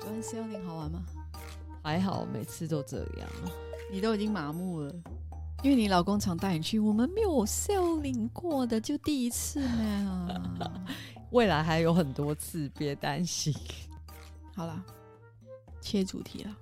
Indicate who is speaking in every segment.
Speaker 1: 关西幽灵好玩吗？
Speaker 2: 还好每次都这样啊。
Speaker 1: 你都已经麻木了，因为你老公常带你去，我们没有修领过的，就第一次嘛。
Speaker 2: 未来还有很多次，别担心。
Speaker 1: 好啦，切主题了。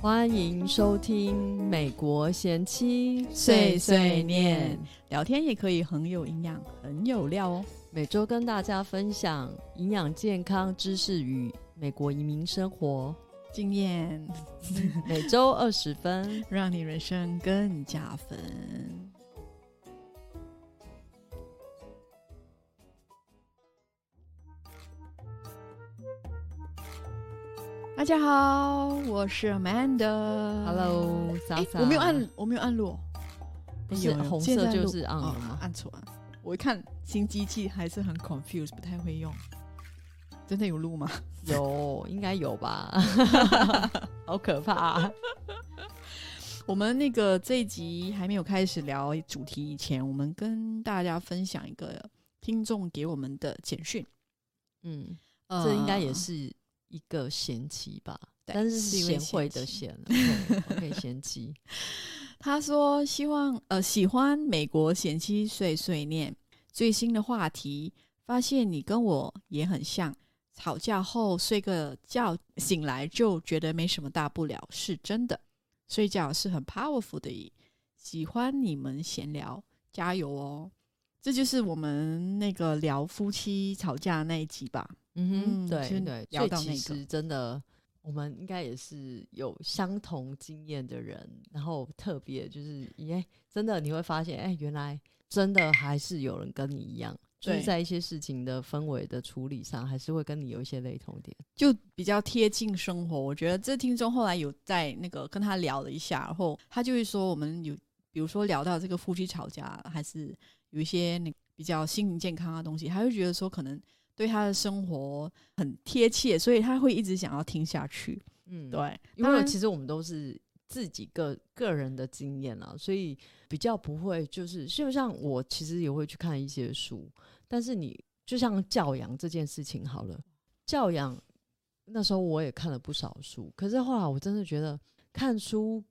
Speaker 2: 欢迎收听《美国贤妻
Speaker 1: 碎碎念》，聊天也可以很有营养，很有料哦。
Speaker 2: 每周跟大家分享营养健康知识与美国移民 生活，
Speaker 1: 经验
Speaker 2: 每周二十分。
Speaker 1: 让你人生更加分。大家好，我是 Amanda。
Speaker 2: Hello，莎
Speaker 1: 诶
Speaker 2: 莎，
Speaker 1: 我没有按，我没有按录哦，
Speaker 2: 不是
Speaker 1: 有有
Speaker 2: 红
Speaker 1: 现在
Speaker 2: 色
Speaker 1: 在
Speaker 2: 就
Speaker 1: 录
Speaker 2: 是啊 on
Speaker 1: 哦
Speaker 2: 了吗？
Speaker 1: 按错了。我一看新机器还是很 confused，不太会用。真的有录吗？
Speaker 2: 有，应该有吧？好可怕啊！
Speaker 1: 我们那个这一集还没有开始聊主题以前，我们跟大家分享一个听众给我们的简讯，
Speaker 2: 嗯，
Speaker 1: 呃
Speaker 2: 这应该也是一个贤妻吧，
Speaker 1: 对
Speaker 2: 但是
Speaker 1: 是一
Speaker 2: 是
Speaker 1: 位
Speaker 2: 贤惠
Speaker 1: 贤
Speaker 2: 的
Speaker 1: 妻
Speaker 2: 贤了对，OK，贤 妻。
Speaker 1: 他说希望呃喜欢美国贤妻碎碎念最新的话题，发现你跟我也很像，吵架后睡个觉，醒来就觉得没什么大不了，是真的。睡觉是很 powerful 的，喜欢你们闲聊，加油哦！这就是我们那个聊夫妻吵架那一集吧？
Speaker 2: 嗯
Speaker 1: 嗯
Speaker 2: 哼，
Speaker 1: 就
Speaker 2: 对对，
Speaker 1: 聊
Speaker 2: 所以
Speaker 1: 到那
Speaker 2: 其
Speaker 1: 个
Speaker 2: 实真的，我们应该也是有相同经验的人，然后特别就是，耶，真的你会发现，哎、原来真的还是有人跟你一样，就是
Speaker 1: 对
Speaker 2: 在一些事情的氛围的处理上，还是会跟你有一些雷同点。
Speaker 1: 就比较贴近生活。我觉得这听众后来有在那个跟他聊了一下，然后他就会说，我们有比如说聊到这个夫妻吵架，还是有一些那比较心灵健康的东西，他就觉得说可能对他的生活很贴切，所以他会一直想要听下去。
Speaker 2: 嗯，
Speaker 1: 对，
Speaker 2: 因
Speaker 1: 当
Speaker 2: 为
Speaker 1: 然
Speaker 2: 其实我们都是自己个个人的经验啊，所以比较不会就是，就像我其实也会去看一些书，但是你就像教养这件事情好了，教养那时候我也看了不少书，可是后来我真的觉得看书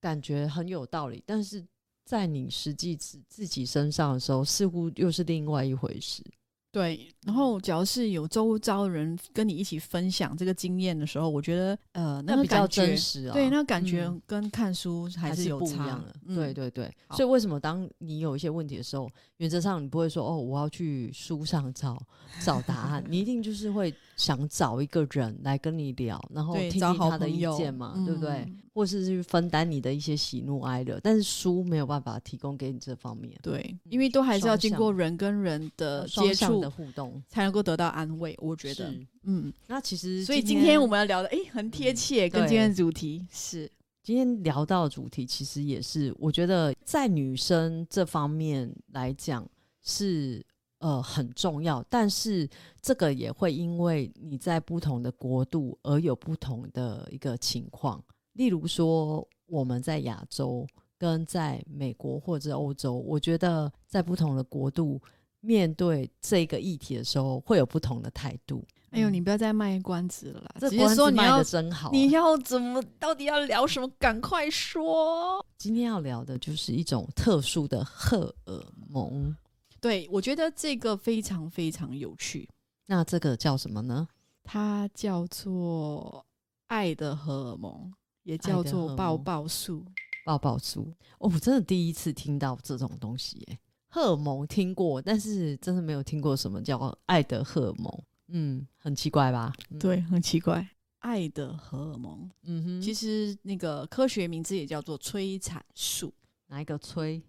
Speaker 2: 感觉很有道理，但是在你实际自自己身上的时候，似乎又是另外一回事。
Speaker 1: 对，然后只要是有周遭人跟你一起分享这个经验的时候，我觉得呃，那
Speaker 2: 那
Speaker 1: 个
Speaker 2: 比较
Speaker 1: 感觉
Speaker 2: 真实啊，
Speaker 1: 对，那感觉
Speaker 2: 嗯
Speaker 1: 跟看书还
Speaker 2: 还
Speaker 1: 是有
Speaker 2: 不一
Speaker 1: 差
Speaker 2: 样的。
Speaker 1: 嗯
Speaker 2: 对对对，
Speaker 1: 好
Speaker 2: 所以为什么当你有一些问题的时候，原则上你不会说哦，我要去书上找找答案，你一定就是会想找一个人来跟你聊，然后
Speaker 1: 对
Speaker 2: 听
Speaker 1: 找
Speaker 2: 听
Speaker 1: 好
Speaker 2: 他的
Speaker 1: 朋
Speaker 2: 意
Speaker 1: 友
Speaker 2: 见嘛，对不对
Speaker 1: 嗯？
Speaker 2: 或是去分担你的一些喜怒哀乐，但是书没有办法提供给你这方面
Speaker 1: 对，
Speaker 2: 嗯
Speaker 1: 因为都还是要
Speaker 2: 双
Speaker 1: 经
Speaker 2: 向
Speaker 1: 过人跟人哦的
Speaker 2: 双
Speaker 1: 呃接
Speaker 2: 向
Speaker 1: 触
Speaker 2: 的，互动。
Speaker 1: 才能够得到安慰。我觉得，
Speaker 2: 是，
Speaker 1: 嗯，
Speaker 2: 那其实
Speaker 1: 所以今天我们要聊的，诶，很贴切，跟
Speaker 2: 对
Speaker 1: 今天的主题是
Speaker 2: 今天聊到的主题，其实也是我觉得在女生这方面来讲是呃很重要，但是这个也会因为你在不同的国度而有不同的一个情况。例如说，我们在亚洲跟在美国或者欧洲，我觉得在不同的国度面对这个议题的时候，会有不同的态度。
Speaker 1: 哎呦，
Speaker 2: 嗯
Speaker 1: 你不要再卖关子了啦，
Speaker 2: 这
Speaker 1: 直接
Speaker 2: 关
Speaker 1: 说
Speaker 2: 子
Speaker 1: 你
Speaker 2: 卖
Speaker 1: 要
Speaker 2: 的真好啊，
Speaker 1: 你要怎么，到底要聊什么？赶快说。
Speaker 2: 今天要聊的就是一种特殊的荷尔蒙，
Speaker 1: 对，我觉得这个非常非常有趣，
Speaker 2: 那这个叫什么呢？
Speaker 1: 它叫做爱的荷尔蒙，也
Speaker 2: 爱
Speaker 1: 叫
Speaker 2: 的荷
Speaker 1: 做
Speaker 2: 尔
Speaker 1: 抱
Speaker 2: 蒙
Speaker 1: 抱素。
Speaker 2: 抱抱酥。哦，我真的第一次听到这种东西耶。荷尔蒙听过，但是真的没有听过什么叫爱的荷尔蒙。嗯，很奇怪吧？嗯，
Speaker 1: 对，很奇怪，爱的荷尔蒙。
Speaker 2: 嗯哼，
Speaker 1: 其
Speaker 2: 其实
Speaker 1: 实那个科学名字也叫做催产素，
Speaker 2: 拿一个催，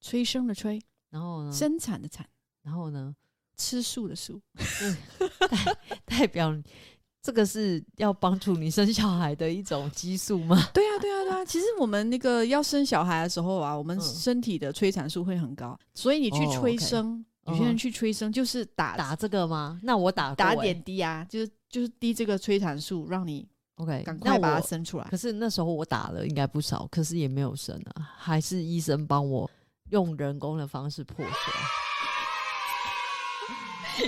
Speaker 1: 催生的催，
Speaker 2: 然后呢，
Speaker 1: 生产的产，
Speaker 2: 然后呢，
Speaker 1: 吃素的素。
Speaker 2: 代表这个是要帮助你生小孩的一种激素吗？
Speaker 1: 对啊，对啊，对啊。其实我们那个要生小孩的时候啊，我们
Speaker 2: 嗯
Speaker 1: 身体的催产素会很高，所以你去
Speaker 2: 哦
Speaker 1: 催
Speaker 2: ，OK
Speaker 1: 生，有些
Speaker 2: 嗯
Speaker 1: 人去催生就是打
Speaker 2: 打这个吗？那我打过欸
Speaker 1: 打
Speaker 2: 耶
Speaker 1: 点滴啊，就是就是滴这个催产素，让你
Speaker 2: OK，
Speaker 1: 赶
Speaker 2: 那
Speaker 1: 快
Speaker 2: 我
Speaker 1: 把它 生出来
Speaker 2: 可。是那时候我打了应该不少，可是也没有生啊，还是医生帮我用人工的方式破 碎。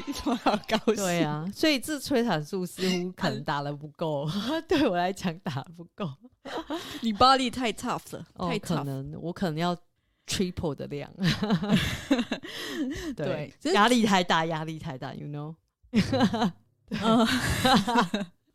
Speaker 1: 你怎么好高兴？
Speaker 2: 对啊，所以这催产素似乎可能打的不够， 对我来讲打得不够。
Speaker 1: 你 body 太 tough 了，
Speaker 2: 哦
Speaker 1: 太，
Speaker 2: 可
Speaker 1: tough 了。
Speaker 2: 能我可能要 triple 的 量。
Speaker 1: 对
Speaker 2: 对，
Speaker 1: 这
Speaker 2: 压力太大，压力太大，you know。
Speaker 1: 嗯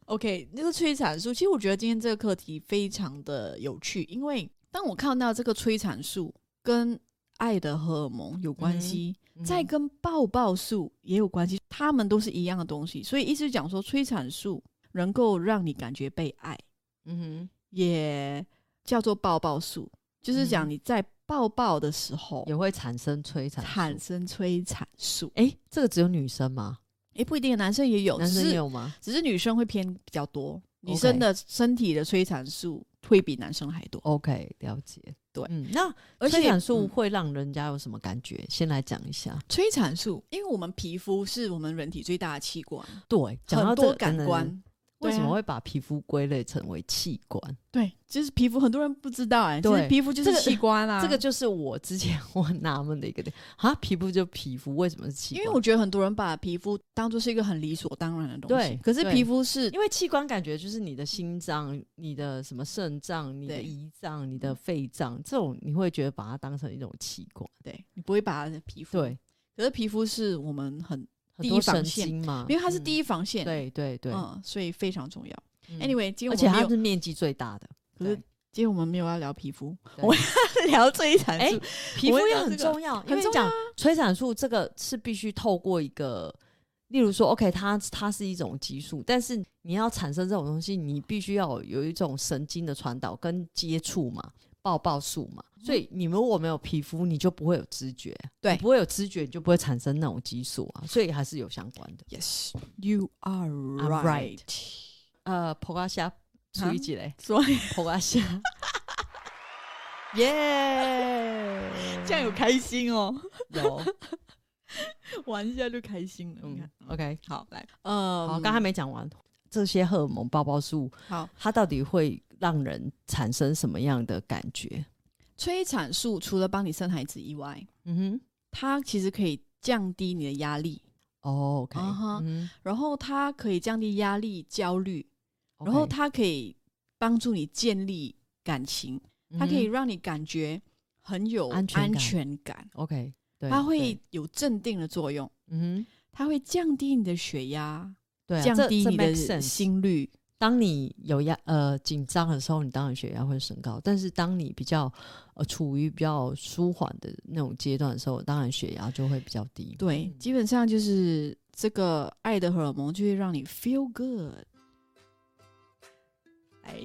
Speaker 1: OK，那个催产素，其实我觉得今天这个课题非常的有趣，因为当我看到这个催产素跟爱的荷尔蒙有关系，再
Speaker 2: 嗯
Speaker 1: 跟抱抱素也有关系，它们都是一样的东西，所以意思讲说，催产素能够让你感觉被爱，
Speaker 2: 嗯哼
Speaker 1: 也叫做抱抱素，就是讲
Speaker 2: 嗯
Speaker 1: 你在抱抱的时候
Speaker 2: 也会产生催产
Speaker 1: 产
Speaker 2: 素。
Speaker 1: 生催产素，
Speaker 2: 哎、这个只有女生吗？
Speaker 1: 诶，不一定，男生也有，
Speaker 2: 男
Speaker 1: 只
Speaker 2: 生
Speaker 1: 是
Speaker 2: 也有吗？
Speaker 1: 只是女生会偏比较多，女
Speaker 2: OK
Speaker 1: 生的身体的催产素会比男生还多，
Speaker 2: OK，了解。
Speaker 1: 对
Speaker 2: 嗯，那
Speaker 1: 而且
Speaker 2: 催产素
Speaker 1: 嗯
Speaker 2: 会让人家有什么感觉？先来讲一下。
Speaker 1: 催产素，因为我们皮肤是我们人体最大的器官，
Speaker 2: 对，讲
Speaker 1: 很
Speaker 2: 到这
Speaker 1: 多
Speaker 2: 个
Speaker 1: 感，
Speaker 2: 等等
Speaker 1: 官。
Speaker 2: 为什
Speaker 1: 对啊
Speaker 2: 么会把皮肤归类成为器官？
Speaker 1: 对，就是皮肤，很多人不知道哎、其实
Speaker 2: 对
Speaker 1: 皮肤就
Speaker 2: 这
Speaker 1: 是
Speaker 2: 个
Speaker 1: 器官啊。
Speaker 2: 这个就是我之前 我纳闷的一个点啊，皮肤就皮肤，为什么是器
Speaker 1: 因
Speaker 2: 官？
Speaker 1: 为我觉得很多人把皮肤当做是一个很理所当然的东西，
Speaker 2: 对
Speaker 1: 可是
Speaker 2: 对
Speaker 1: 皮肤是
Speaker 2: 因为器官感觉就是你的心脏、你的什么肾脏、你的
Speaker 1: 对
Speaker 2: 胰脏、你的肺脏这种，你会觉得把它当成一种器官。
Speaker 1: 对你不会把它的皮肤，
Speaker 2: 对，
Speaker 1: 可是皮肤是我们很，
Speaker 2: 很
Speaker 1: 第
Speaker 2: 多
Speaker 1: 一防
Speaker 2: 神
Speaker 1: 线
Speaker 2: 经嘛，
Speaker 1: 因为它是第
Speaker 2: 一、
Speaker 1: 一防线，，
Speaker 2: 对对对、
Speaker 1: 嗯，所以非常重要。
Speaker 2: 嗯
Speaker 1: Anyway，今天
Speaker 2: 而
Speaker 1: 我
Speaker 2: 且
Speaker 1: 们没
Speaker 2: 它
Speaker 1: 有，
Speaker 2: 是面积最大的。
Speaker 1: 可是
Speaker 2: 对
Speaker 1: 今天我们没有要聊皮 肤，
Speaker 2: 对
Speaker 1: 我们要聊催产
Speaker 2: 哎
Speaker 1: 素。
Speaker 2: 皮
Speaker 1: 我
Speaker 2: 肤
Speaker 1: 会
Speaker 2: 也
Speaker 1: 讲这
Speaker 2: 很
Speaker 1: 个
Speaker 2: 重要，因
Speaker 1: 很
Speaker 2: 为
Speaker 1: 重要啊
Speaker 2: 讲催产素这个是必须透过一个，例如说，OK，它它是一种激素，但是你要产生这种东西，你必须要有有一种神经的传导跟接触嘛，抱抱素嘛。所以你如果没有皮肤，你就不会有知觉，
Speaker 1: 嗯对
Speaker 2: 你不会有知觉，你就不会产生那种激素啊，所以还是有相关的。
Speaker 1: Yes, you are
Speaker 2: I'm
Speaker 1: right.
Speaker 2: right 呃，普瓜虾注意起来，
Speaker 1: 所 以
Speaker 2: 普瓜虾，耶，
Speaker 1: 这样有开心哦，
Speaker 2: 有，
Speaker 1: 玩一下就开心了。你
Speaker 2: 嗯
Speaker 1: 看，
Speaker 2: ，OK。
Speaker 1: 好来，呃，
Speaker 2: 好，刚才没讲完，这些荷尔蒙、包包素，
Speaker 1: 好，
Speaker 2: 它到底会让人产生什么样的感觉？
Speaker 1: 催产素除了帮你生孩子以外，
Speaker 2: 嗯
Speaker 1: 它其实可以降低你的压力，
Speaker 2: 哼哦，OK，
Speaker 1: 啊哈
Speaker 2: 嗯
Speaker 1: 然后它可以降低压力、焦虑，
Speaker 2: 哼，
Speaker 1: 然后
Speaker 2: OK，
Speaker 1: 它可以帮助你建立感情，它可以
Speaker 2: 嗯
Speaker 1: 让你感觉很有
Speaker 2: 安全感
Speaker 1: 全感，
Speaker 2: 哼 OK，对，
Speaker 1: 它
Speaker 2: 对
Speaker 1: 会，有镇定的作用，
Speaker 2: 嗯哼，
Speaker 1: 它会降低你的血压，
Speaker 2: 对啊，
Speaker 1: 降
Speaker 2: 这
Speaker 1: 低
Speaker 2: 这
Speaker 1: 你
Speaker 2: make
Speaker 1: 的
Speaker 2: sense
Speaker 1: 心率。
Speaker 2: 当你有压呃紧张的时候，你当然血压会升高；但是当你比较呃处于比较舒缓的那种阶段的时候，当然血压就会比较低。
Speaker 1: 对，基本上就是这个爱的荷尔蒙就会让你 feel good。哎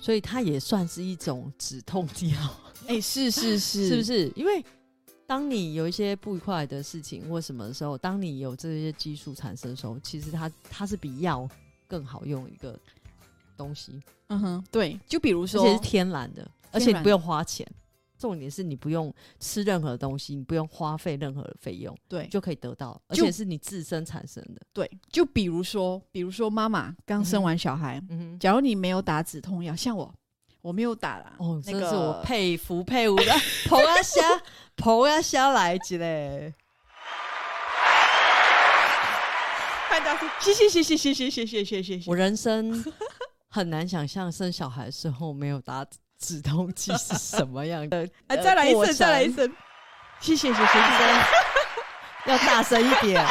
Speaker 2: 所以它也算是一种止痛药。
Speaker 1: 哎，是是是，
Speaker 2: 是不？是？因为当你有一些不愉快的事情或什么的时候，当你有这些激素产生的时候，其实它它是比药更好用一个东西，
Speaker 1: 嗯哼，对。就比如
Speaker 2: 而
Speaker 1: 说
Speaker 2: 且是，天然的，而且
Speaker 1: 天
Speaker 2: 你
Speaker 1: 然
Speaker 2: 不用花钱。重点是你不用吃任何东西，你不用花费任何的费用，
Speaker 1: 对
Speaker 2: 你就可以得到，而
Speaker 1: 就
Speaker 2: 且是你自身产生的。
Speaker 1: 对，就比如说，比如说妈妈刚生完小孩，
Speaker 2: 嗯
Speaker 1: 假如你没有打止痛药，像我，我没有打啦。
Speaker 2: 哼，哦，
Speaker 1: 那
Speaker 2: 真是我
Speaker 1: 个
Speaker 2: 佩服佩服的， 头啊虾，头啊虾来一嘞。
Speaker 1: 快大声，谢谢谢谢谢谢谢谢谢谢谢。
Speaker 2: 我。人生很难想象生小孩时候没有打止痛剂是什么样的
Speaker 1: 啊，再来一
Speaker 2: 呃
Speaker 1: 次，再来一，次。谢谢谢谢谢谢。
Speaker 2: 过程要大声一点。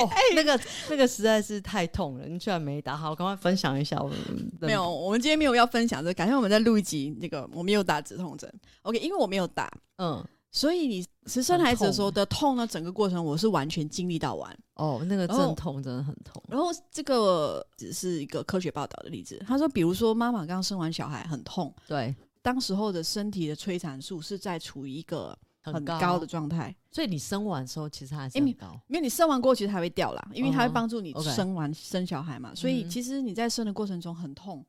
Speaker 2: 哦，
Speaker 1: 哎
Speaker 2: 那个那个实在是太痛了，你居然没打好，赶快分享一下我的
Speaker 1: 没有，我们今天没有要分享这个，改天我们再录一集。那个我没有打止痛针，OK，因为我没有打，
Speaker 2: 嗯
Speaker 1: 所以你是生
Speaker 2: 很
Speaker 1: 孩子的
Speaker 2: 痛
Speaker 1: 时候的痛呢，整个过程我是完全经历到完。
Speaker 2: 哦，那个
Speaker 1: 然后
Speaker 2: 阵痛真的很痛，
Speaker 1: 然后这个只是一个科学报道的例子，他说，比如说妈妈刚生完小孩很痛，
Speaker 2: 对，
Speaker 1: 当时候的身体的催产素是在处于一个很高的，状态，
Speaker 2: 所以你生完之后其实还是
Speaker 1: 因为
Speaker 2: 很高，
Speaker 1: 因为你生完过其实它会掉啦，因为它会
Speaker 2: 嗯哼
Speaker 1: 帮助你
Speaker 2: OK
Speaker 1: 生完生小孩嘛，所以
Speaker 2: 嗯
Speaker 1: 其实你在生的过程中很痛，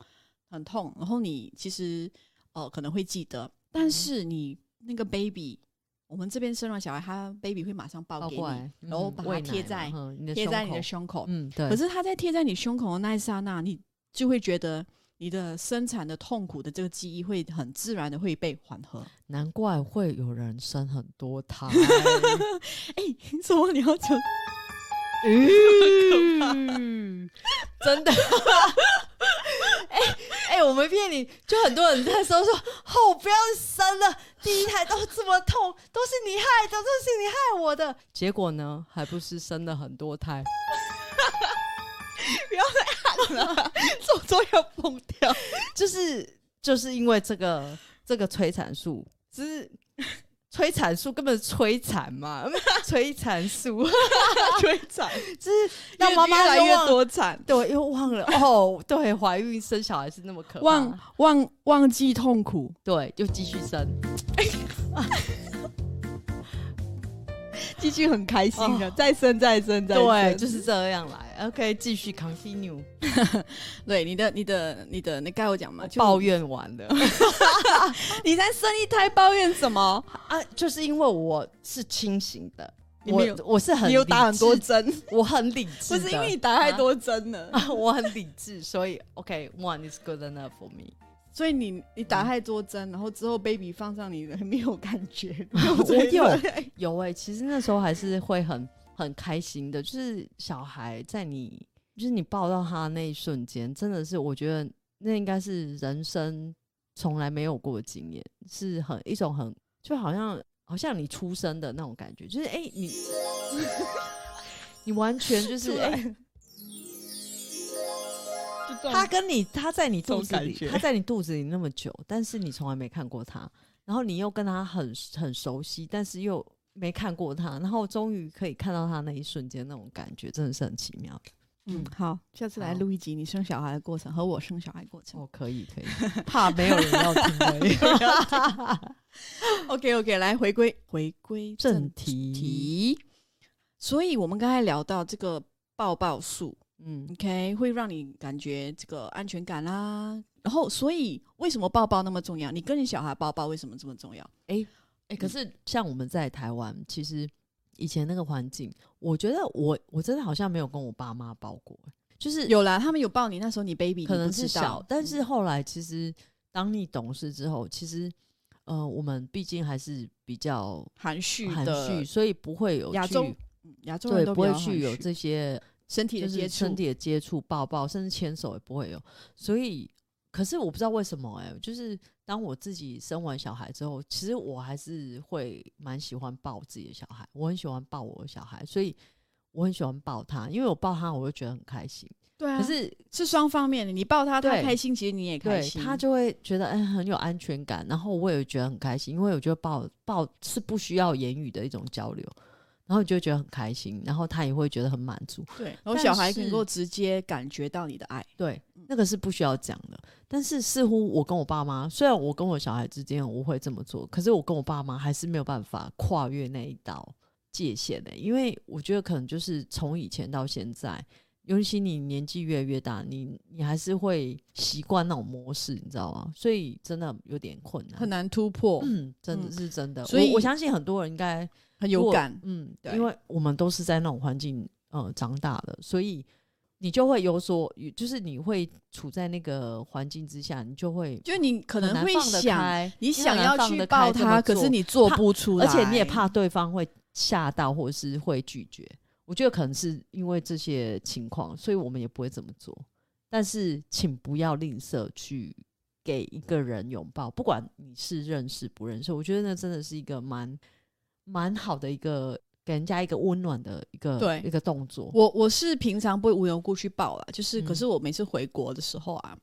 Speaker 1: 很痛，然后你其实呃可能会记得，但
Speaker 2: 嗯
Speaker 1: 是你那个 baby，我们这边生完小孩，他 baby 会马上抱
Speaker 2: 倒
Speaker 1: 给
Speaker 2: 过
Speaker 1: 你，
Speaker 2: 来，嗯
Speaker 1: 然后把它
Speaker 2: 喂奶
Speaker 1: 贴
Speaker 2: 嘛
Speaker 1: 在
Speaker 2: 嗯你的
Speaker 1: 贴在你的
Speaker 2: 胸
Speaker 1: 胸口
Speaker 2: 口，，嗯，对，
Speaker 1: 可是它在贴在你胸口的那一刹那，你就会觉得你的生产的痛苦的这个记忆会很自然的会被缓和。
Speaker 2: 难怪会有人生很 多胎。
Speaker 1: 哎、什么你要讲？
Speaker 2: 嗯，真的。 哎、哎，我没骗你，就很多人那时候说：“哦，不要生了，第一胎都这么痛，都是你害的，都是你害我的。”结果呢，还不是生了很多胎。
Speaker 1: 不要再按了，周周要崩掉。
Speaker 2: 就是就是因为这个这个催产素，只是催产素根本是催产嘛， 催产素
Speaker 1: 最惨，
Speaker 2: 就是
Speaker 1: 让
Speaker 2: 让妈
Speaker 1: 妈
Speaker 2: 妈
Speaker 1: 妈越来
Speaker 2: 又
Speaker 1: 越
Speaker 2: 忘，
Speaker 1: 多惨，
Speaker 2: 对，又忘了哦，对，怀孕生小孩是那么可怕，
Speaker 1: 忘忘忘记痛苦。
Speaker 2: 对，又继续生，
Speaker 1: 继续很开心的，
Speaker 2: 哦
Speaker 1: 再生再生再生，
Speaker 2: 对，就是这样来，OK，继续 continue，
Speaker 1: 对你的你的你的，你该我讲嘛？就
Speaker 2: 抱怨完了
Speaker 1: 你才生一胎，抱怨什么？
Speaker 2: 啊，就是因为我是清醒的。
Speaker 1: 你
Speaker 2: 我
Speaker 1: 没有
Speaker 2: 我是很
Speaker 1: 你有打
Speaker 2: 理
Speaker 1: 很多
Speaker 2: 智，
Speaker 1: 针，
Speaker 2: 我很理
Speaker 1: 不
Speaker 2: 智的，
Speaker 1: 是因为你打太多针了，
Speaker 2: 啊，我很理智，所以 OK one is good enough for me。
Speaker 1: 所以你你
Speaker 2: 嗯
Speaker 1: 打太多针，然后之后 baby 放上你 没有感觉。
Speaker 2: 我
Speaker 1: 对
Speaker 2: 有有哎、其实那时候还是会很很开心的，就是小孩在你就是你抱到他那一瞬间，真的是我觉得那应该是人生从来没有过的经验，是很一种很就好像好像你出生的那种感觉，就是哎、你 你完全 就是哎、他跟你他在你肚
Speaker 1: 这种
Speaker 2: 子
Speaker 1: 感
Speaker 2: 里，
Speaker 1: 觉
Speaker 2: 他在你肚子里那么久，但是你从来没看过他，然后你又跟他很很熟悉，但是又没看过他，然后终于可以看到他那一瞬间，那种感觉真的是很奇妙的。
Speaker 1: 嗯，好，下次来
Speaker 2: 好
Speaker 1: 录一集你生小孩的过程和我生小孩过程。
Speaker 2: 哦，可以 可以，怕没有人要听而已
Speaker 1: OK OK，来回归回归
Speaker 2: 正题，
Speaker 1: 题。所以我们刚才聊到这个抱抱术
Speaker 2: 嗯，
Speaker 1: ，OK，会让你感觉这个安全感啦。然后，所以为什么抱抱那么重要？你跟你小孩抱抱为什么这么重要？
Speaker 2: 哎、可是像我们在台湾，其实以前那个环境，我觉得我我真的好像没有跟我爸妈抱过，就是
Speaker 1: 有啦，他们有抱你，那时候你 baby
Speaker 2: 可
Speaker 1: 你
Speaker 2: 能
Speaker 1: 不知
Speaker 2: 是小
Speaker 1: 道，
Speaker 2: 但是后来其实当你懂事之后，其实呃，我们毕竟还是比较
Speaker 1: 含蓄
Speaker 2: 含
Speaker 1: 的
Speaker 2: 蓄，所以不会有
Speaker 1: 亚
Speaker 2: 去
Speaker 1: 洲嗯亚洲
Speaker 2: 对
Speaker 1: 人都
Speaker 2: 不
Speaker 1: 比
Speaker 2: 会
Speaker 1: 较含
Speaker 2: 去有
Speaker 1: 蓄
Speaker 2: 这些
Speaker 1: 身体
Speaker 2: 就
Speaker 1: 的
Speaker 2: 是
Speaker 1: 接触，
Speaker 2: 身体的接触、抱抱，甚至牵手也不会有。所以，可是我不知道为什么哎、就是当我自己生完小孩之后，其实我还是会蛮喜欢抱自己的小孩，我很喜欢抱我的小孩，所以我很喜欢抱他，因为我抱他，我就觉得很开心。
Speaker 1: 对啊，
Speaker 2: 可是
Speaker 1: 是双方面的，你抱他，他
Speaker 2: 对
Speaker 1: 开心，其实你也开
Speaker 2: 对
Speaker 1: 心，
Speaker 2: 他就会觉得嗯很有安全感，然后我也觉得很开心，因为我觉得抱抱是不需要言语的一种交流，然后你就会觉得很开心，然后他也会觉得很满足，
Speaker 1: 对，然后
Speaker 2: 但
Speaker 1: 小孩
Speaker 2: 是
Speaker 1: 能够直接感觉到你的爱，
Speaker 2: 对，那个是不需要讲的。但是似乎我跟我爸妈，虽然我跟我小孩之间我会这么做，可是我跟我爸妈还是没有办法跨越那一道界限的、因为我觉得可能就是从以前到现在。尤其你年纪越来越大，你你还是会习惯那种模式，你知道吗？所以真的有点困难，
Speaker 1: 很难突破，
Speaker 2: 嗯，真的
Speaker 1: 嗯
Speaker 2: 是真的。
Speaker 1: 所
Speaker 2: 我
Speaker 1: 以
Speaker 2: 我相信很多人应该
Speaker 1: 很
Speaker 2: 如
Speaker 1: 有
Speaker 2: 果
Speaker 1: 感，
Speaker 2: 嗯，
Speaker 1: 对
Speaker 2: 因为我们都是在那种环境呃长大的，所以你就会有所，就是你会处在那个环境之下，你就会
Speaker 1: 就你可
Speaker 2: 很
Speaker 1: 能
Speaker 2: 难
Speaker 1: 会
Speaker 2: 放得
Speaker 1: 想，
Speaker 2: 开
Speaker 1: 你想
Speaker 2: 很难
Speaker 1: 要
Speaker 2: 放
Speaker 1: 去
Speaker 2: 得
Speaker 1: 抱
Speaker 2: 开这
Speaker 1: 他，
Speaker 2: 么
Speaker 1: 可是
Speaker 2: 做
Speaker 1: 你做
Speaker 2: 怕
Speaker 1: 不出来，
Speaker 2: 而且你也怕对方会吓到，或者是会拒绝。我觉得可能是因为这些情况，所以我们也不会这么做。但是，请不要吝啬去给一个人拥抱，不管你是认识不认识。我觉得那真的是一个蛮蛮好的一个给人家一个温暖的一个
Speaker 1: 对
Speaker 2: 一个动作。
Speaker 1: 我我是平常不会无缘无故去抱啦，就是、
Speaker 2: 嗯
Speaker 1: 可是我每次回国的时候啊，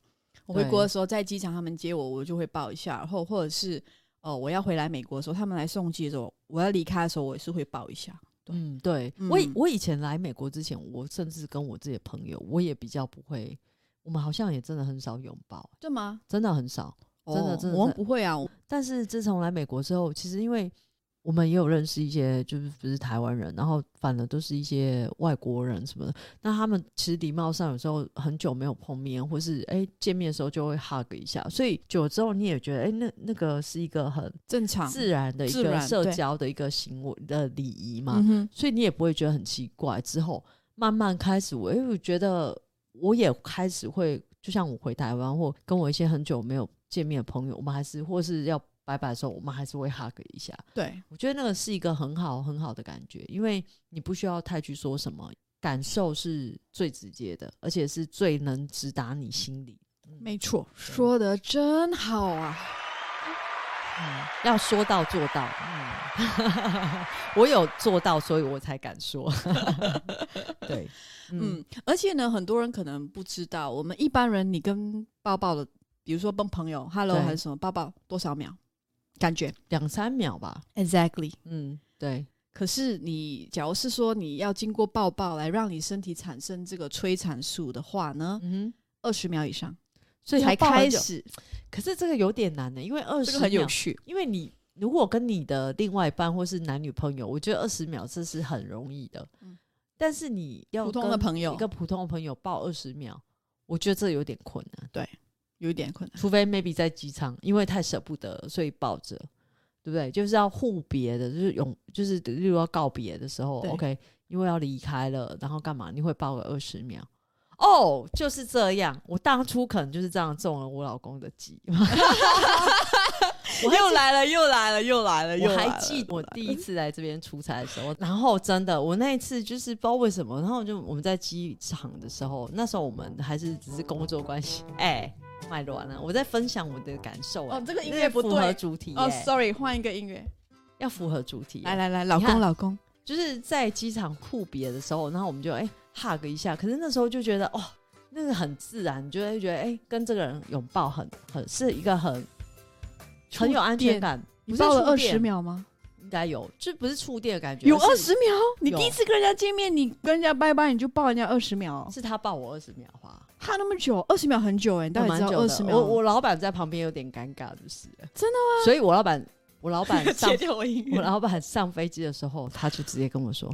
Speaker 1: 我
Speaker 2: 对
Speaker 1: 回国的时候在机场他们接我，我就会抱一下，然后或者是呃我要回来美国的时候，他们来送机的时候，我要离开的时候，我也是会抱一下。对
Speaker 2: 嗯，对我以
Speaker 1: 嗯
Speaker 2: 我以前来美国之前，我甚至跟我自己的朋友，我也比较不会，我们好像也真的很少拥抱，
Speaker 1: 对吗？
Speaker 2: 真的很少。真的
Speaker 1: 哦
Speaker 2: 真的
Speaker 1: 我
Speaker 2: 真的
Speaker 1: 们不会啊，我
Speaker 2: 但是自从来美国之后，其实因为我们也有认识一些就是不是台湾人，然后反而都是一些外国人什么的。那他们其实礼貌上有时候很久没有碰面，或是哎、见面的时候就会 hug 一下，所以久了之后你也觉得哎、那那个是一个很
Speaker 1: 正常。
Speaker 2: 自然的一
Speaker 1: 自
Speaker 2: 个
Speaker 1: 然
Speaker 2: 社
Speaker 1: 对
Speaker 2: 交的一个行为的礼仪嘛。
Speaker 1: 嗯哼，
Speaker 2: 所以你也不会觉得很奇怪。之后慢慢开始我，因为我觉得我也开始会就像我回台湾或跟我一些很久没有见面的朋友，我们还是或是要拜拜的时候，我们还是会 hug 一下。
Speaker 1: 对，
Speaker 2: 我觉得那个是一个很好很好的感觉，因为你不需要太去说什么，感受是最直接的，而且是最能直达你心里。嗯
Speaker 1: 没错，说的真好啊！
Speaker 2: 嗯，要说到做到。嗯， 我有做到，所以我才敢说。 对，嗯
Speaker 1: 嗯，而且呢，很多人可能不知道，我们一般人你跟抱抱的，比如说跟朋友 hello
Speaker 2: 对
Speaker 1: 还是什么抱抱多少秒，感觉
Speaker 2: 两三秒吧。
Speaker 1: exactly。
Speaker 2: 嗯，对，
Speaker 1: 可是你假如是说你要经过抱抱来让你身体产生这个催产素的话呢，
Speaker 2: 嗯哼，
Speaker 1: 二十秒以上
Speaker 2: 所以
Speaker 1: 才
Speaker 2: 要抱很
Speaker 1: 开
Speaker 2: 久。
Speaker 1: 始，
Speaker 2: 可是这个有点难呢、欸因为二
Speaker 1: 这
Speaker 2: 十
Speaker 1: 个很有
Speaker 2: 秒，
Speaker 1: 趣。
Speaker 2: 因为你如果跟你的另外一半或是男女朋友，我觉得二十秒这是很容易的。
Speaker 1: 嗯
Speaker 2: 但是你要
Speaker 1: 普通的
Speaker 2: 跟
Speaker 1: 朋友
Speaker 2: 一个普通的朋友抱二十秒，我觉得这有点困难。
Speaker 1: 有一点困难。
Speaker 2: 除非 maybe 在机场，因为太舍不得了，所以抱着，对不对？就是要互别的，就是永，就是例如要告别的时候
Speaker 1: 对
Speaker 2: ，OK，因为要离开了，然后干嘛？你会抱个二十秒。哦就是这样。我当初可能就是这样中了我老公的计。 我还
Speaker 1: 又来了，又来了，又来了，嗯
Speaker 2: 我
Speaker 1: 呃又
Speaker 2: 还记得我第一次来这边出差的时候，然后真的，我那一次就是不知道为什么，然后就我们在机场的时候，那时候我们还是只是工作关系，哎、卖卵了，我在分享我的感受啊、
Speaker 1: 哦这个音
Speaker 2: 这
Speaker 1: 乐不
Speaker 2: 符合
Speaker 1: 对
Speaker 2: 主题、
Speaker 1: 哦
Speaker 2: 哎
Speaker 1: ，sorry，换一个音乐，
Speaker 2: 要符合主题、
Speaker 1: 来
Speaker 2: 来，
Speaker 1: 来来，老
Speaker 2: 你看
Speaker 1: 公老公，
Speaker 2: 就是在机场互别的时候，然后我们就哎、hug 一下，可是那时候就觉得哦，那个很自然，就会觉得哎、跟这个人拥抱很很是一个很很有安全感，
Speaker 1: 你
Speaker 2: 不是
Speaker 1: 抱了
Speaker 2: 触
Speaker 1: 二十
Speaker 2: 电。
Speaker 1: 秒吗？
Speaker 2: 应该有，就不是触电的感觉，
Speaker 1: 有
Speaker 2: 而
Speaker 1: 二
Speaker 2: 是
Speaker 1: 十秒？你
Speaker 2: 有
Speaker 1: 第一次跟人家见面，你跟人家拜拜，你就抱人家二十秒哦，
Speaker 2: 是他抱我二十秒花，
Speaker 1: 他那么久，二十秒很久哎，你到底
Speaker 2: 蛮
Speaker 1: 知道
Speaker 2: 久
Speaker 1: 二
Speaker 2: 的
Speaker 1: 十秒？
Speaker 2: 我我老板在旁边有点尴尬，就是
Speaker 1: 真的
Speaker 2: 吗？所以我老板，我老 板 上
Speaker 1: 切掉我音
Speaker 2: 我
Speaker 1: 乐，
Speaker 2: 老板上飞机的时候，他就直接跟我说：“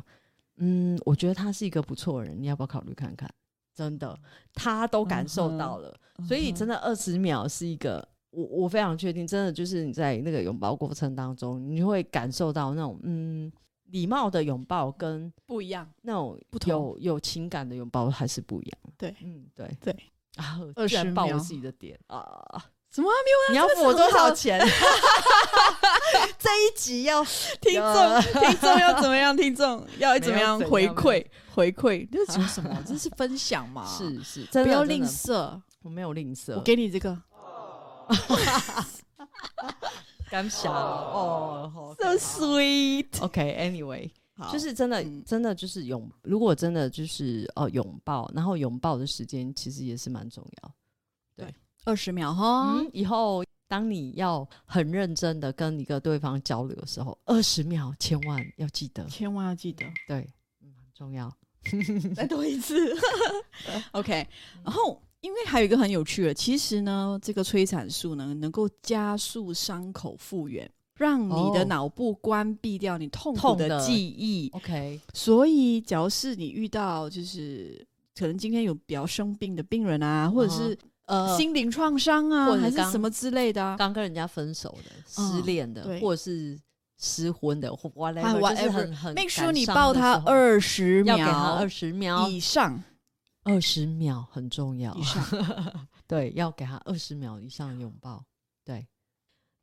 Speaker 2: 嗯，我觉得他是一个不错的人，你要不要考虑看看？”真的，他都感受到了，嗯所以真
Speaker 1: 的
Speaker 2: 的二十秒是一个。我我非常确定，真的就是你在那个拥抱过程当中，你会感受到那种嗯礼貌的拥抱跟
Speaker 1: 不一样，
Speaker 2: 那种
Speaker 1: 不同
Speaker 2: 有有情感的拥抱还是不一样。
Speaker 1: 对
Speaker 2: 嗯，对
Speaker 1: 对
Speaker 2: 啊，
Speaker 1: 20
Speaker 2: 居然爆我
Speaker 1: 秒
Speaker 2: 自己的点啊！
Speaker 1: 怎么还
Speaker 2: 你要付我多少钱？ 这一集要
Speaker 1: 没有 听 众？听啊众要怎么样？听众要怎么样
Speaker 2: 没有
Speaker 1: 回
Speaker 2: 怎样
Speaker 1: 馈？回馈这是什 么？这是分享嘛？
Speaker 2: 是是，真的
Speaker 1: 不要
Speaker 2: 真的
Speaker 1: 吝啬。
Speaker 2: 我没有吝
Speaker 1: 我
Speaker 2: 啬，
Speaker 1: 给你这个，
Speaker 2: 敢想哦，好
Speaker 1: so sweet。
Speaker 2: OK，Anyway，、
Speaker 1: 好
Speaker 2: 就是真的，
Speaker 1: 嗯
Speaker 2: 真的就是拥，如果真的就是哦拥抱，然后拥抱的时间其实也是蛮重要。
Speaker 1: 二十秒哈，
Speaker 2: 嗯，以后当你要很认真的跟一个对方交流的时候，二十秒千万要记得，
Speaker 1: 千万要记得
Speaker 2: 对，嗯，很重要。
Speaker 1: 再多一次。OK，然后因为还有一个很有趣的，其实呢，这个催产素呢能够加速伤口复原，让你的
Speaker 2: 哦
Speaker 1: 脑部关闭掉你痛苦
Speaker 2: 痛
Speaker 1: 的
Speaker 2: 的
Speaker 1: 记忆。
Speaker 2: OK，
Speaker 1: 所以，假如是你遇到就是可能今天有比较生病的病人啊，或者是
Speaker 2: 哦呃，
Speaker 1: 心灵创伤啊，
Speaker 2: 或者
Speaker 1: 还是
Speaker 2: 刚
Speaker 1: 什么之类的啊，
Speaker 2: 刚跟人家分手的、失
Speaker 1: 嗯
Speaker 2: 恋的
Speaker 1: 对，
Speaker 2: 或者是失婚的，或 whatever，、
Speaker 1: 啊
Speaker 2: 就是
Speaker 1: whatever
Speaker 2: 很很
Speaker 1: 那
Speaker 2: 感
Speaker 1: 时候
Speaker 2: 伤
Speaker 1: 你
Speaker 2: 的
Speaker 1: 抱他
Speaker 2: 时候
Speaker 1: 二十
Speaker 2: 要给他
Speaker 1: 秒
Speaker 2: 二十秒，
Speaker 1: 以上
Speaker 2: 二十秒很重要
Speaker 1: 以，上。
Speaker 2: 对，要给他二十秒以上的拥抱，对。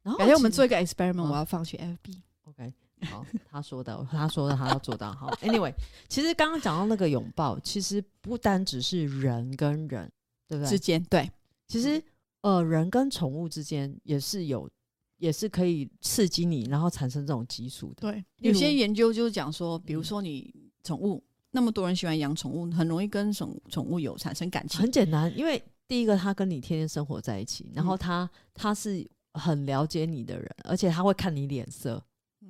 Speaker 2: 然后
Speaker 1: 改天我们
Speaker 2: 其实
Speaker 1: 做一个 experiment，
Speaker 2: 嗯
Speaker 1: 我要放去 FB。
Speaker 2: OK，好，他说的，他说的，他要做到。好，Anyway，其实刚刚讲到那个拥抱，其实不单只是人跟人，对不
Speaker 1: 之
Speaker 2: 对？
Speaker 1: 间，对，
Speaker 2: 其实呃，人跟宠物之间也是有，也是可以刺激你，然后产生这种激素的。
Speaker 1: 对，
Speaker 2: 例
Speaker 1: 有些
Speaker 2: 如
Speaker 1: 研究就是讲说，比如
Speaker 2: 嗯
Speaker 1: 说你宠物，那么多人喜欢养宠物，很容易跟宠宠物有产生感情
Speaker 2: 很。简单，因为第一个他跟你天天生活在一起，然后
Speaker 1: 嗯
Speaker 2: 他、他是很了解你的人，而且他会看你脸色。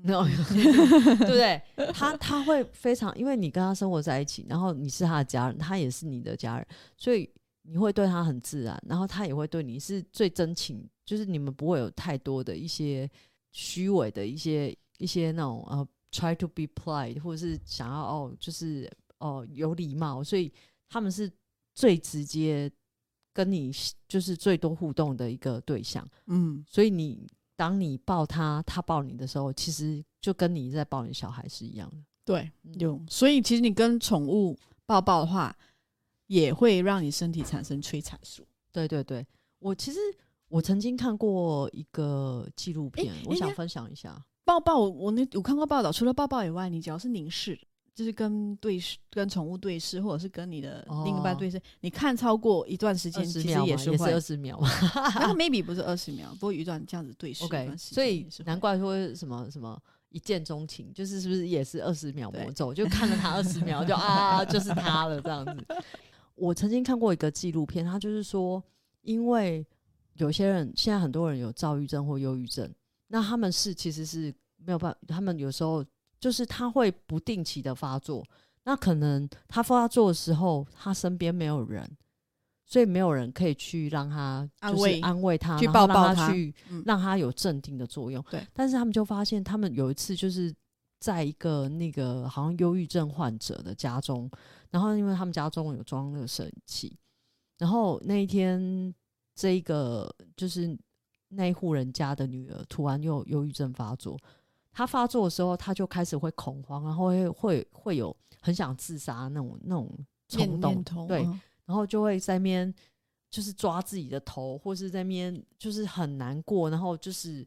Speaker 2: no，对 不对？他他会非常，因为你跟他生活在一起，然后你是他的家人，他也是你的家人，所以你会对他很自然，然后他也会对你是最真情，就是你们不会有太多的一些虚伪的一些一些那种呃，try to be polite 或者是想要哦，就是哦有礼貌，所以他们是最直接跟你就是最多互动的一个对象。
Speaker 1: 嗯，
Speaker 2: 所以你当你抱他，他抱你的时候，其实就跟你在抱你小孩是一样的。
Speaker 1: 对，
Speaker 2: 嗯
Speaker 1: 有。所以其实你跟宠物抱抱的话，也会让你身体产生催产素。
Speaker 2: 对对对，我其实我曾经看过一个纪录片，我
Speaker 1: 人
Speaker 2: 想
Speaker 1: 家
Speaker 2: 分享一下。
Speaker 1: 抱抱，我我那我看过报道，除了抱抱以外，你只要是凝视，就是跟对视、跟宠物对视，或者是跟你的另一半对视，你看超过一段时间，
Speaker 2: 二十
Speaker 1: 呃其实
Speaker 2: 秒嘛
Speaker 1: 也
Speaker 2: 也
Speaker 1: 是
Speaker 2: 是
Speaker 1: 会
Speaker 2: 二，十秒嘛
Speaker 1: 那 个 maybe 不是二十秒，不过一段这样子对视一
Speaker 2: ，OK，
Speaker 1: 段时间
Speaker 2: 所以
Speaker 1: 也是会
Speaker 2: 难怪说什么什么一见钟情，就是是不是也是二十秒
Speaker 1: 对
Speaker 2: 魔咒？就看了他二十 秒，就啊，就是他了这样子。我曾经看过一个纪录片，他就是说，因为有些人现在很多人有躁郁症或忧郁症，那他们是其实是没有办法，他们有时候就是他会不定期的发作，那可能他发作的时候，他身边没有人，所以没有人可以去让他
Speaker 1: 安
Speaker 2: 就是
Speaker 1: 慰
Speaker 2: 安慰他，
Speaker 1: 去
Speaker 2: 然后
Speaker 1: 抱
Speaker 2: 让
Speaker 1: 抱他
Speaker 2: 去
Speaker 1: 嗯
Speaker 2: 让他有镇定的作用。
Speaker 1: 对，
Speaker 2: 但是他们就发现，他们有一次就是在一个那个好像忧郁症患者的家中，然后因为他们家中有装那个摄影器，然后那一天这一个就是那一户人家的女儿突然又忧郁症发作，她发作的时候，她就开始会恐慌，然后会会会有很想自杀那种那种冲
Speaker 1: 念
Speaker 2: 动
Speaker 1: 念，头
Speaker 2: 对，
Speaker 1: 嗯
Speaker 2: 然后就会在那边就是抓自己的头，或是在那边就是很难过，然后就是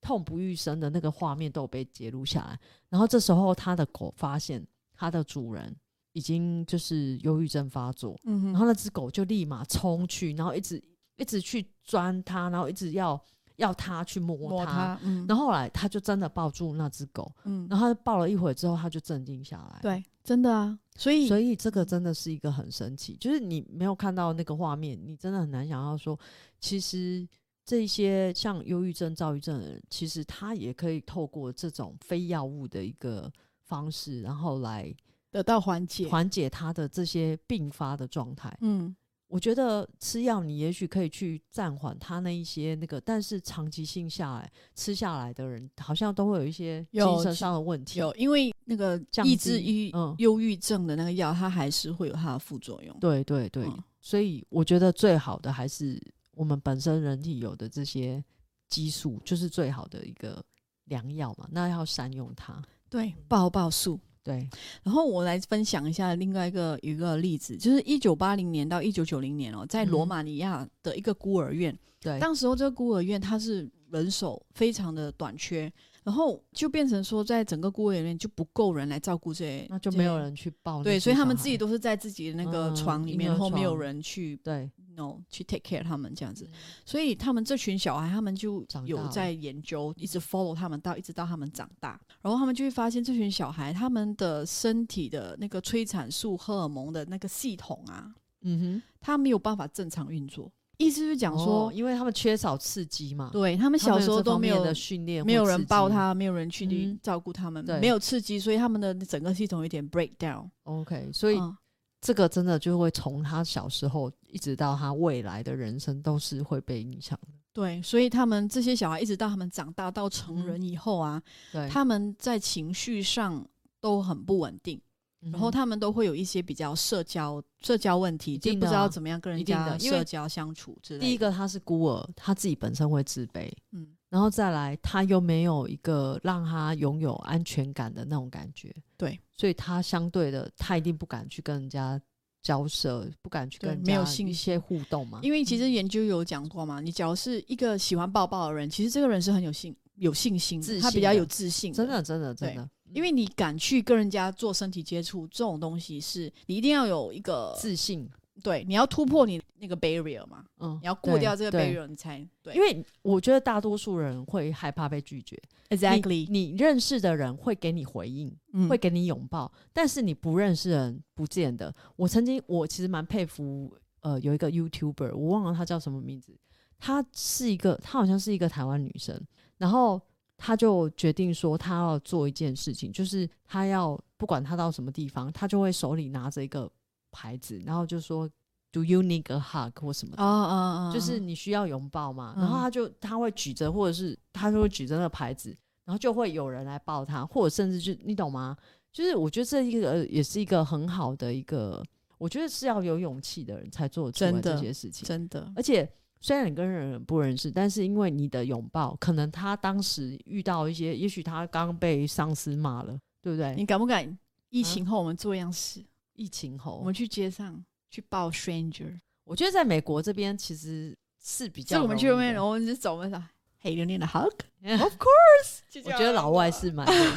Speaker 2: 痛不欲生的那个画面都有被截录下来。然后这时候他的狗发现他的主人已经就是忧郁症发作，
Speaker 1: 嗯哼，
Speaker 2: 然后那只狗就立马冲去，然后一直一直去钻它，然后一直要要它去摸它。
Speaker 1: 摸它，嗯，
Speaker 2: 然后后来他就真的抱住那只狗，
Speaker 1: 嗯，
Speaker 2: 然后他抱了一会儿之后，他就镇定下来。
Speaker 1: 对，真的啊，所以
Speaker 2: 所以这个真的是一个很神奇，就是你没有看到那个画面，你真的很难想到说，其实这一些像忧郁症、躁郁症的人，其实他也可以透过这种非药物的一个方式，然后来
Speaker 1: 得到缓解，
Speaker 2: 缓解他的这些并发的状态。
Speaker 1: 嗯，
Speaker 2: 我觉得吃药你也许可以去暂缓他那一些那个，但是长期性下来，吃下来的人好像都会有一些
Speaker 1: 有
Speaker 2: 精神上的问题。
Speaker 1: 有，因为那个
Speaker 2: 降
Speaker 1: 抑制
Speaker 2: 低
Speaker 1: 抑
Speaker 2: 嗯
Speaker 1: 忧郁症的那个药，它还是会有它的副作用。
Speaker 2: 对对对，
Speaker 1: 嗯
Speaker 2: 所以我觉得最好的还是我们本身人体有的这些激素，就是最好的一个良药嘛。那要善用它。
Speaker 1: 对，爆爆素。
Speaker 2: 对，
Speaker 1: 然后我来分享一下另外一个一个例子，就是一九八零年到一九九零年哦，在罗
Speaker 2: 嗯
Speaker 1: 马尼亚的一个孤儿院，
Speaker 2: 对，
Speaker 1: 当时候这个孤儿院它是人手非常的短缺，然后就变成说，在整个孤儿院就不够人来照顾这些，
Speaker 2: 那就
Speaker 1: 这
Speaker 2: 没
Speaker 1: 些
Speaker 2: 有。人去抱哦那些小孩。
Speaker 1: 对，所以他们自己都是在自己的那个
Speaker 2: 嗯
Speaker 1: 床里
Speaker 2: 婴
Speaker 1: 面，
Speaker 2: 儿
Speaker 1: 然后没有
Speaker 2: 床
Speaker 1: 人去
Speaker 2: 对，
Speaker 1: no 去 take care 他们这样子，所以他们这群小孩，他们就
Speaker 2: 长大
Speaker 1: 有
Speaker 2: 了
Speaker 1: 在研究，一直 follow 他们到一直到他们长大，然后他们就会发现这群小孩他们的身体的那个催产素荷尔蒙的那个系统啊，
Speaker 2: 嗯哼，
Speaker 1: 它没有办法正常运作，意思就是讲说，
Speaker 2: 哦因为他们缺少刺激嘛，
Speaker 1: 对他们
Speaker 2: 他
Speaker 1: 小
Speaker 2: 们
Speaker 1: 时候
Speaker 2: 这
Speaker 1: 都
Speaker 2: 方
Speaker 1: 没
Speaker 2: 面
Speaker 1: 有
Speaker 2: 的训练，
Speaker 1: 没有人抱。他，没有人去
Speaker 2: 嗯
Speaker 1: 照顾他们，
Speaker 2: 对
Speaker 1: 没有刺激，所以他们的整个系统有点 break down，
Speaker 2: OK，所以
Speaker 1: 嗯
Speaker 2: 这个真的就会从他小时候一直到他未来的人生都是会被影响的。
Speaker 1: 对，所以他们这些小孩一直到他们长大到成
Speaker 2: 嗯
Speaker 1: 人以后啊，
Speaker 2: 对，
Speaker 1: 他们在情绪上都很不稳定，
Speaker 2: 嗯哼
Speaker 1: 然后他们都会有一些比较社交社交问题，
Speaker 2: 一
Speaker 1: 就
Speaker 2: 定
Speaker 1: 不
Speaker 2: 的
Speaker 1: 知
Speaker 2: 啊
Speaker 1: 道怎么样跟人
Speaker 2: 一定的
Speaker 1: 家
Speaker 2: 因为
Speaker 1: 社交相处之类的。
Speaker 2: 第一，个他是孤儿，他自己本身会自卑，
Speaker 1: 嗯，
Speaker 2: 然后再来，他又没有一个让他拥有安全感的那种感觉，
Speaker 1: 对，
Speaker 2: 所以他相对的，他一定不敢去跟人家交涉，不敢去
Speaker 1: 对
Speaker 2: 跟人
Speaker 1: 没有
Speaker 2: 家
Speaker 1: 信
Speaker 2: 一些互动嘛。
Speaker 1: 因为其实
Speaker 2: 嗯
Speaker 1: 研究有讲过嘛，你只要是一个喜欢抱抱的人，其实这个人是很有信有信心的，
Speaker 2: 自
Speaker 1: 他比
Speaker 2: 信
Speaker 1: 较
Speaker 2: 的
Speaker 1: 有自信，
Speaker 2: 真。的，真的，
Speaker 1: 对
Speaker 2: 真的，
Speaker 1: 因为你敢去跟人家做身体接触，这种东西是你一定要有一个
Speaker 2: 自信，
Speaker 1: 对，你要突破你那个 barrier 嘛，
Speaker 2: 嗯，
Speaker 1: 你要过
Speaker 2: 对
Speaker 1: 掉这个
Speaker 2: 对
Speaker 1: barrier，你才对。
Speaker 2: 因为我觉得大多数人会害怕被拒绝
Speaker 1: ，exactly，
Speaker 2: 你你认识的人会给你回应，
Speaker 1: 嗯
Speaker 2: 会给你拥抱，但是你不认识人不见得。我曾经我其实蛮佩服，呃，有一个 YouTuber，我忘了他叫什么名字，她是一个，她好像是一个台湾女生，然后她就决定说她要做一件事情，就是她要不管她到什么地方，她就会手里拿着一个牌子，然后就说 Do you need a hug 或什么的
Speaker 1: 啊啊啊，
Speaker 2: 就是
Speaker 1: 啊
Speaker 2: 你需要拥抱嘛，
Speaker 1: 嗯
Speaker 2: 然后他就他会举着，或者是他就会举着那个牌子，然后就会有人来抱他，或者甚至就你懂吗？就是我觉得这一个呃也是一个很好的一个，我觉得是要有勇气的人才做得出
Speaker 1: 真
Speaker 2: 来
Speaker 1: 的
Speaker 2: 这些事情。
Speaker 1: 真的，
Speaker 2: 而且虽然你跟人不认识，但是因为你的拥抱，可能他当时遇到一些，也许他刚被上司骂了，对不对
Speaker 1: 你？敢不敢？疫
Speaker 2: 啊
Speaker 1: 情后我们做一样事，
Speaker 2: 疫情后，
Speaker 1: 我们去街上去抱 stranger，
Speaker 2: 我觉得在美国这边其实是比
Speaker 1: 所
Speaker 2: 较
Speaker 1: 以我
Speaker 2: 容易的，
Speaker 1: 们去外面，我们就走，我们说黑榴莲的 hug，Of
Speaker 2: 我觉得老外是蛮热情，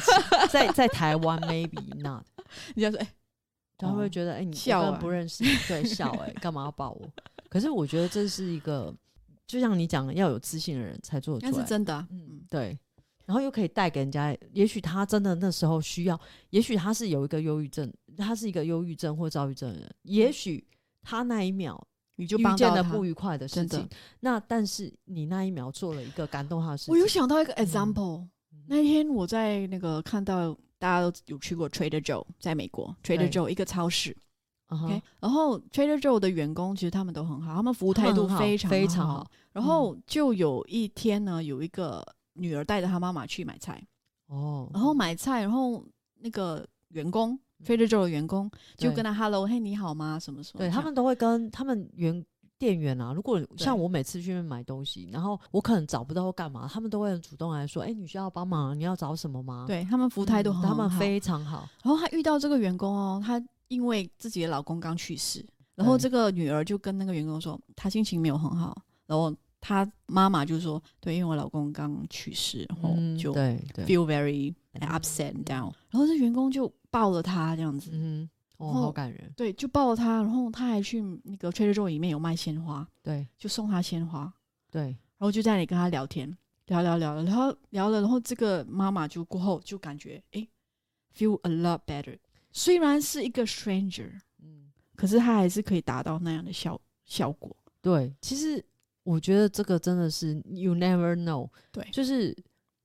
Speaker 2: 在在台湾 maybe not，
Speaker 1: 你就说哎，
Speaker 2: 他会
Speaker 1: 哦
Speaker 2: 觉得哎、你
Speaker 1: 笑
Speaker 2: 根
Speaker 1: 啊
Speaker 2: 本不认识，对，笑哎、干嘛要抱我？可是我觉得这是一个，就像你讲，的，要有自信的人才做得
Speaker 1: 那
Speaker 2: 出
Speaker 1: 是
Speaker 2: 来，
Speaker 1: 真的啊，
Speaker 2: 嗯
Speaker 1: 嗯，，
Speaker 2: 对。然后又可以带给人家，也许他真的那时候需要，也许他是有一个忧郁症，他是一个忧郁症或躁郁症的人，也许他那一秒
Speaker 1: 你嗯就
Speaker 2: 遇
Speaker 1: 帮
Speaker 2: 见
Speaker 1: 到
Speaker 2: 了
Speaker 1: 他。
Speaker 2: 不愉快的事
Speaker 1: 真的
Speaker 2: 情，那但是你那一秒做了一个感动他的事情，嗯
Speaker 1: 我有想到一个 example，、那天我在那个看到大家都有去过 Trader Joe，在美国 Trader
Speaker 2: 对
Speaker 1: Joe 一个超市
Speaker 2: 嗯哼
Speaker 1: ，OK，然后 Trader Joe 的员工其实他们都很好，他们服务
Speaker 2: 他
Speaker 1: 态
Speaker 2: 们
Speaker 1: 度
Speaker 2: 很好
Speaker 1: 非常
Speaker 2: 非常
Speaker 1: 好
Speaker 2: 好。嗯
Speaker 1: 然后就有一天呢，有一个女儿带着她妈妈去买菜，
Speaker 2: 哦，嗯
Speaker 1: 然后买菜，然后那个员工 Trader Joe 的员工就
Speaker 2: 对
Speaker 1: 跟他 Hello，嘿，你好吗？什么什么哦这
Speaker 2: 对
Speaker 1: 样？
Speaker 2: 他们都会跟他们员店员啊，如果像我每次去那边买东西，然后我可能找不到或干嘛，他们都会很主动来说：“哎、你需要帮忙，你要找什么吗？”
Speaker 1: 对他们服务
Speaker 2: 嗯，
Speaker 1: 态度很好，
Speaker 2: 他们非常好，
Speaker 1: 然后她遇到这个员工哦，她因为自己的老公刚去世，然后
Speaker 2: 对
Speaker 1: 这个女儿就跟那个员工说，她心情没有很好，然后她妈妈就说，对，因为我老公刚去世，然后
Speaker 2: 嗯，
Speaker 1: 就
Speaker 2: 对对，
Speaker 1: feel very upset and down，然后这员工就抱了她这样子，
Speaker 2: 嗯哼，哦，
Speaker 1: 然后
Speaker 2: 好感人，
Speaker 1: 对，就抱了她，然后她还去那个 Trader Joe 里面有卖鲜花，
Speaker 2: 对
Speaker 1: 就送她鲜花，
Speaker 2: 对，
Speaker 1: 然后就在那里跟他聊天，聊聊聊了，然后聊了，然后这个妈妈就过后就感觉诶 f e e l a lot better。虽然是一个 stranger，
Speaker 2: 嗯，
Speaker 1: 可是他还是可以达到那样的效效果。
Speaker 2: 对，其实我觉得这个真的是 you never know，
Speaker 1: 对
Speaker 2: 就是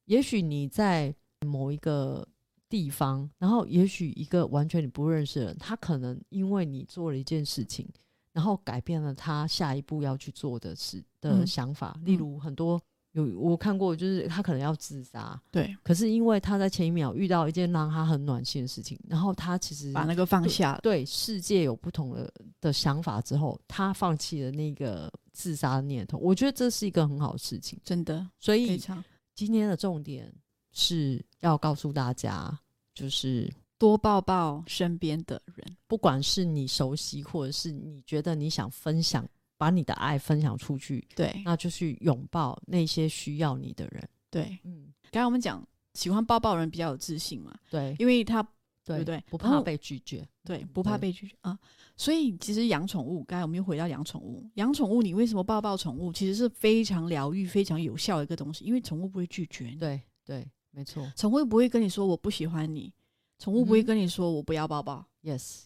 Speaker 2: 也许你在某一个地方，然后也许一个完全你不认识的人，他可能因为你做了一件事情，然后改变了他下一步要去做的事的
Speaker 1: 嗯
Speaker 2: 想法，例
Speaker 1: 嗯
Speaker 2: 如很多。有我看过，就是他可能要自杀，
Speaker 1: 对，
Speaker 2: 可是因为他在前一秒遇到一件让他很暖心的事情，然后他其实
Speaker 1: 把那个放下了。
Speaker 2: 对世界有不同的的想法之后，他放弃了那个自杀的念头。我觉得这是一个很好的事情。
Speaker 1: 真的
Speaker 2: 所
Speaker 1: 非
Speaker 2: 以
Speaker 1: 常
Speaker 2: 今天的重点是要告诉大家，就是
Speaker 1: 多抱抱身边的人，
Speaker 2: 不管是你熟悉，或者是你觉得你想分享，把你的爱分享出去，
Speaker 1: 对
Speaker 2: 那就去拥抱那些需要你的人。
Speaker 1: 对。
Speaker 2: 嗯，
Speaker 1: 刚才我们讲喜欢抱抱的人比较有自信嘛，
Speaker 2: 对
Speaker 1: 因为他
Speaker 2: 对
Speaker 1: 不对
Speaker 2: 不
Speaker 1: 然
Speaker 2: 怕
Speaker 1: 后
Speaker 2: 被拒绝。
Speaker 1: 对不怕
Speaker 2: 对
Speaker 1: 被拒绝啊。所以其实养宠物，刚才我们又回到养宠物，养宠物你为什么抱抱宠物，其实是非常疗愈、非常有效的一个东西，因为宠物不会拒绝你，
Speaker 2: 对对，没错。
Speaker 1: 宠物不会跟你说我不喜欢你，宠物不会
Speaker 2: 嗯哼
Speaker 1: 跟你说我不要抱抱，
Speaker 2: Yes，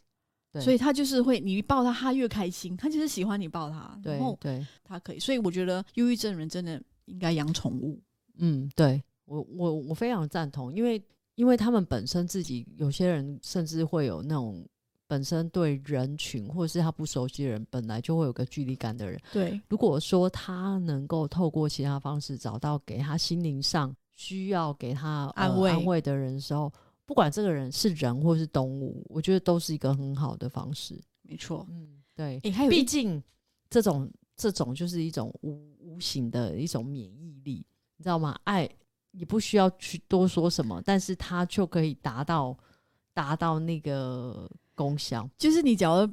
Speaker 2: 对
Speaker 1: 所以它就是会你一抱它，它越开心，它就是喜欢你抱它，
Speaker 2: 对
Speaker 1: 然后
Speaker 2: 对。
Speaker 1: 它可以，所以我觉得忧郁症人真的应该养宠物，
Speaker 2: 嗯，对我我我非常赞同，因为因为他们本身自己有些人甚至会有那种本身对人群或是他不熟悉的人本来就会有个距离感的人，
Speaker 1: 对
Speaker 2: 如果说他能够透过其他方式找到给他心灵上需要给他、呃
Speaker 1: 安慰
Speaker 2: 安慰的人的时候，不管这个人是人或是动物，我觉得都是一个很好的方式。
Speaker 1: 没错。
Speaker 2: 嗯，对，
Speaker 1: 诶、还有
Speaker 2: 毕
Speaker 1: 一
Speaker 2: 竟这种这种就是一种无无形的一种免疫力，你知道吗？爱你不需要去多说什么，但是它就可以达到达到那个功效。
Speaker 1: 就是你只要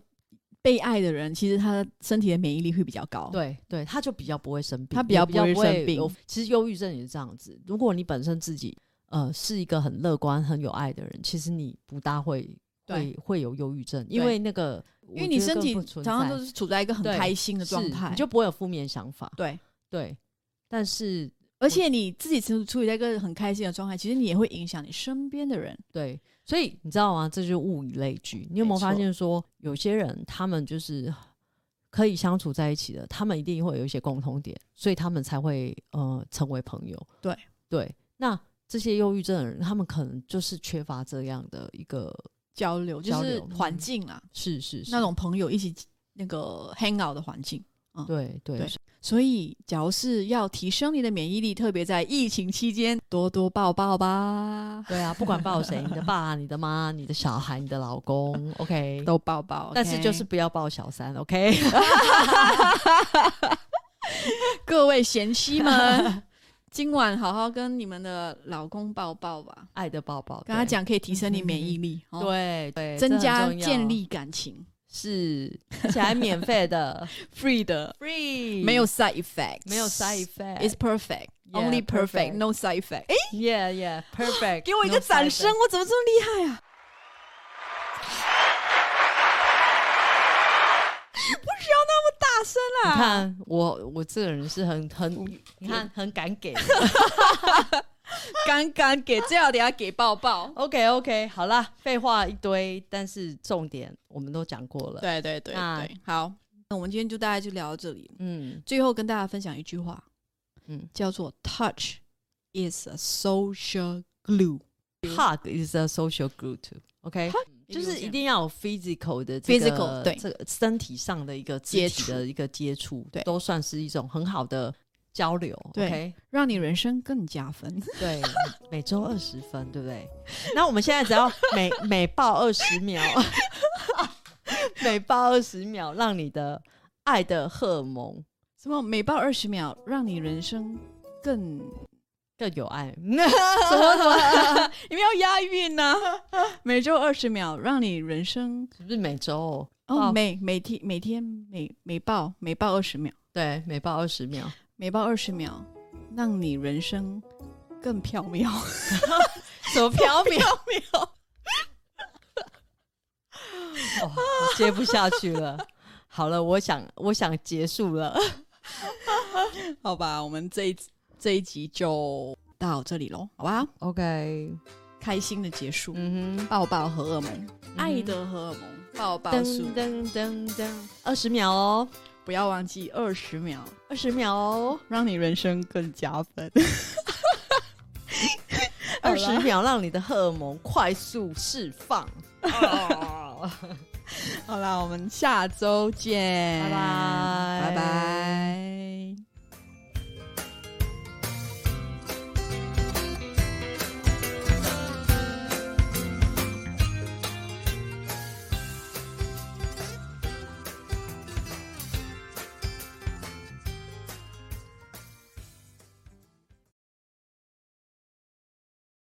Speaker 1: 被爱的人，其实他身体的免疫力会比较高，
Speaker 2: 对对，他就比较不会生病，
Speaker 1: 他比
Speaker 2: 也
Speaker 1: 较
Speaker 2: 比
Speaker 1: 不
Speaker 2: 较
Speaker 1: 会
Speaker 2: 不
Speaker 1: 生
Speaker 2: 会
Speaker 1: 病
Speaker 2: 有。其实忧郁症也是这样子，如果你本身自己呃是一个很乐观、很有爱的人，其实你不大会
Speaker 1: 对
Speaker 2: 会会有忧郁症，因
Speaker 1: 对
Speaker 2: 为那个
Speaker 1: 因为你身体常常都
Speaker 2: 是
Speaker 1: 是处在一个很
Speaker 2: 对
Speaker 1: 开心的状态，
Speaker 2: 你就不会有负面想法。
Speaker 1: 对。
Speaker 2: 对，但是
Speaker 1: 而且你自己处处于在一个很开心的状态，其实你也会影响你身边的人。
Speaker 2: 对，所以你知道吗？这就是物以类聚。你有没
Speaker 1: 没
Speaker 2: 有发
Speaker 1: 错
Speaker 2: 现说，有些人他们就是可以相处在一起的，他们一定会有一些共同点，所以他们才会呃成为朋友。
Speaker 1: 对
Speaker 2: 对，那这些忧郁症的人，他们可能就是缺乏这样的一个，
Speaker 1: 交流就
Speaker 2: 交
Speaker 1: 是
Speaker 2: 流
Speaker 1: 环
Speaker 2: 嗯
Speaker 1: 境啊，
Speaker 2: 是是是
Speaker 1: 那种朋友一起那个 hang out 的环境。
Speaker 2: 对对
Speaker 1: 对所以，假如是要提升你的免疫力，特别在疫情期间，多多抱抱吧，
Speaker 2: 对啊，不管抱谁，你的爸、你的妈、你的小孩、你的老公，OK，
Speaker 1: 都抱抱。
Speaker 2: 但是就是
Speaker 1: OK？
Speaker 2: 不要抱小三，OK。
Speaker 1: 各位贤妻 们，今晚好好跟你们的老公抱抱吧，
Speaker 2: 爱的抱抱，
Speaker 1: 跟他嗯
Speaker 2: 对，
Speaker 1: 讲可以提升你免疫力，哦，
Speaker 2: 对对，这
Speaker 1: 增
Speaker 2: 很
Speaker 1: 加
Speaker 2: 重要
Speaker 1: 建立感情。
Speaker 2: 是起来免费的
Speaker 1: free 的，
Speaker 2: ，free，
Speaker 1: 没有 side effect，
Speaker 2: 没有 side effect，
Speaker 1: It's perfect,
Speaker 2: Yeah,
Speaker 1: only perfect,
Speaker 2: perfect.
Speaker 1: no side effect。哎，
Speaker 2: yeah yeah perfect，
Speaker 1: 给我一个
Speaker 2: no side
Speaker 1: 掌声，
Speaker 2: effect
Speaker 1: 我怎么这么厉害 啊？不需要那么大声啊啦！
Speaker 2: 你看我我这个人是很很你看很敢 给
Speaker 1: 刚刚给，最好等下给抱抱。
Speaker 2: ，OK OK，好啦，废话一堆，但是重点我们都讲过了，
Speaker 1: 对对对
Speaker 2: 那
Speaker 1: 对，好，那我们今天就大概就聊到这里。
Speaker 2: 嗯
Speaker 1: 最后跟大家分享一句话，
Speaker 2: 嗯
Speaker 1: 叫做 “Touch is a social glue”，
Speaker 2: ，hug is a social glue too，OK，、就是嗯一定要有 physical 的、这个、
Speaker 1: Physical，对
Speaker 2: 这个身体上的一个肢
Speaker 1: 接
Speaker 2: 体
Speaker 1: 触
Speaker 2: 的一个接触，
Speaker 1: 对
Speaker 2: 都算是一种很好的交流。
Speaker 1: 对
Speaker 2: OK，
Speaker 1: 让你人生更加分。
Speaker 2: 对，每周二十分，对不对？那我们现在只要每每报二十秒，每报二十秒，让你的爱的荷尔蒙
Speaker 1: 什么每报二十秒，让你人生更
Speaker 2: 更有爱。
Speaker 1: 什么什么？你们要押韵 呢、每周二十秒，让你人生
Speaker 2: 是不是每周哦？
Speaker 1: 哦，
Speaker 2: 哦
Speaker 1: 每每天每天每每报每报二十秒，
Speaker 2: 对，每报二十秒。
Speaker 1: 每报二十秒，让你人生更缥缈，
Speaker 2: 什么缥缈
Speaker 1: 缈。
Speaker 2: 哦，我接不下去了。好了，我想，我想结束了。
Speaker 1: 好吧，我们这一这一集就到这里喽，好吧？
Speaker 2: OK，
Speaker 1: 开心的结束，
Speaker 2: 嗯哼，
Speaker 1: 抱抱荷尔蒙，
Speaker 2: 嗯哼
Speaker 1: 爱的荷尔蒙，抱抱术
Speaker 2: 噔，噔噔噔，二十秒哦，
Speaker 1: 不要忘记二十秒，
Speaker 2: 二十秒哦，
Speaker 1: 让你人生更加分。好了
Speaker 2: 二十秒，让你的荷尔蒙快速释放。哦
Speaker 1: 好啦，我们下周见，
Speaker 2: 拜拜
Speaker 1: 拜拜。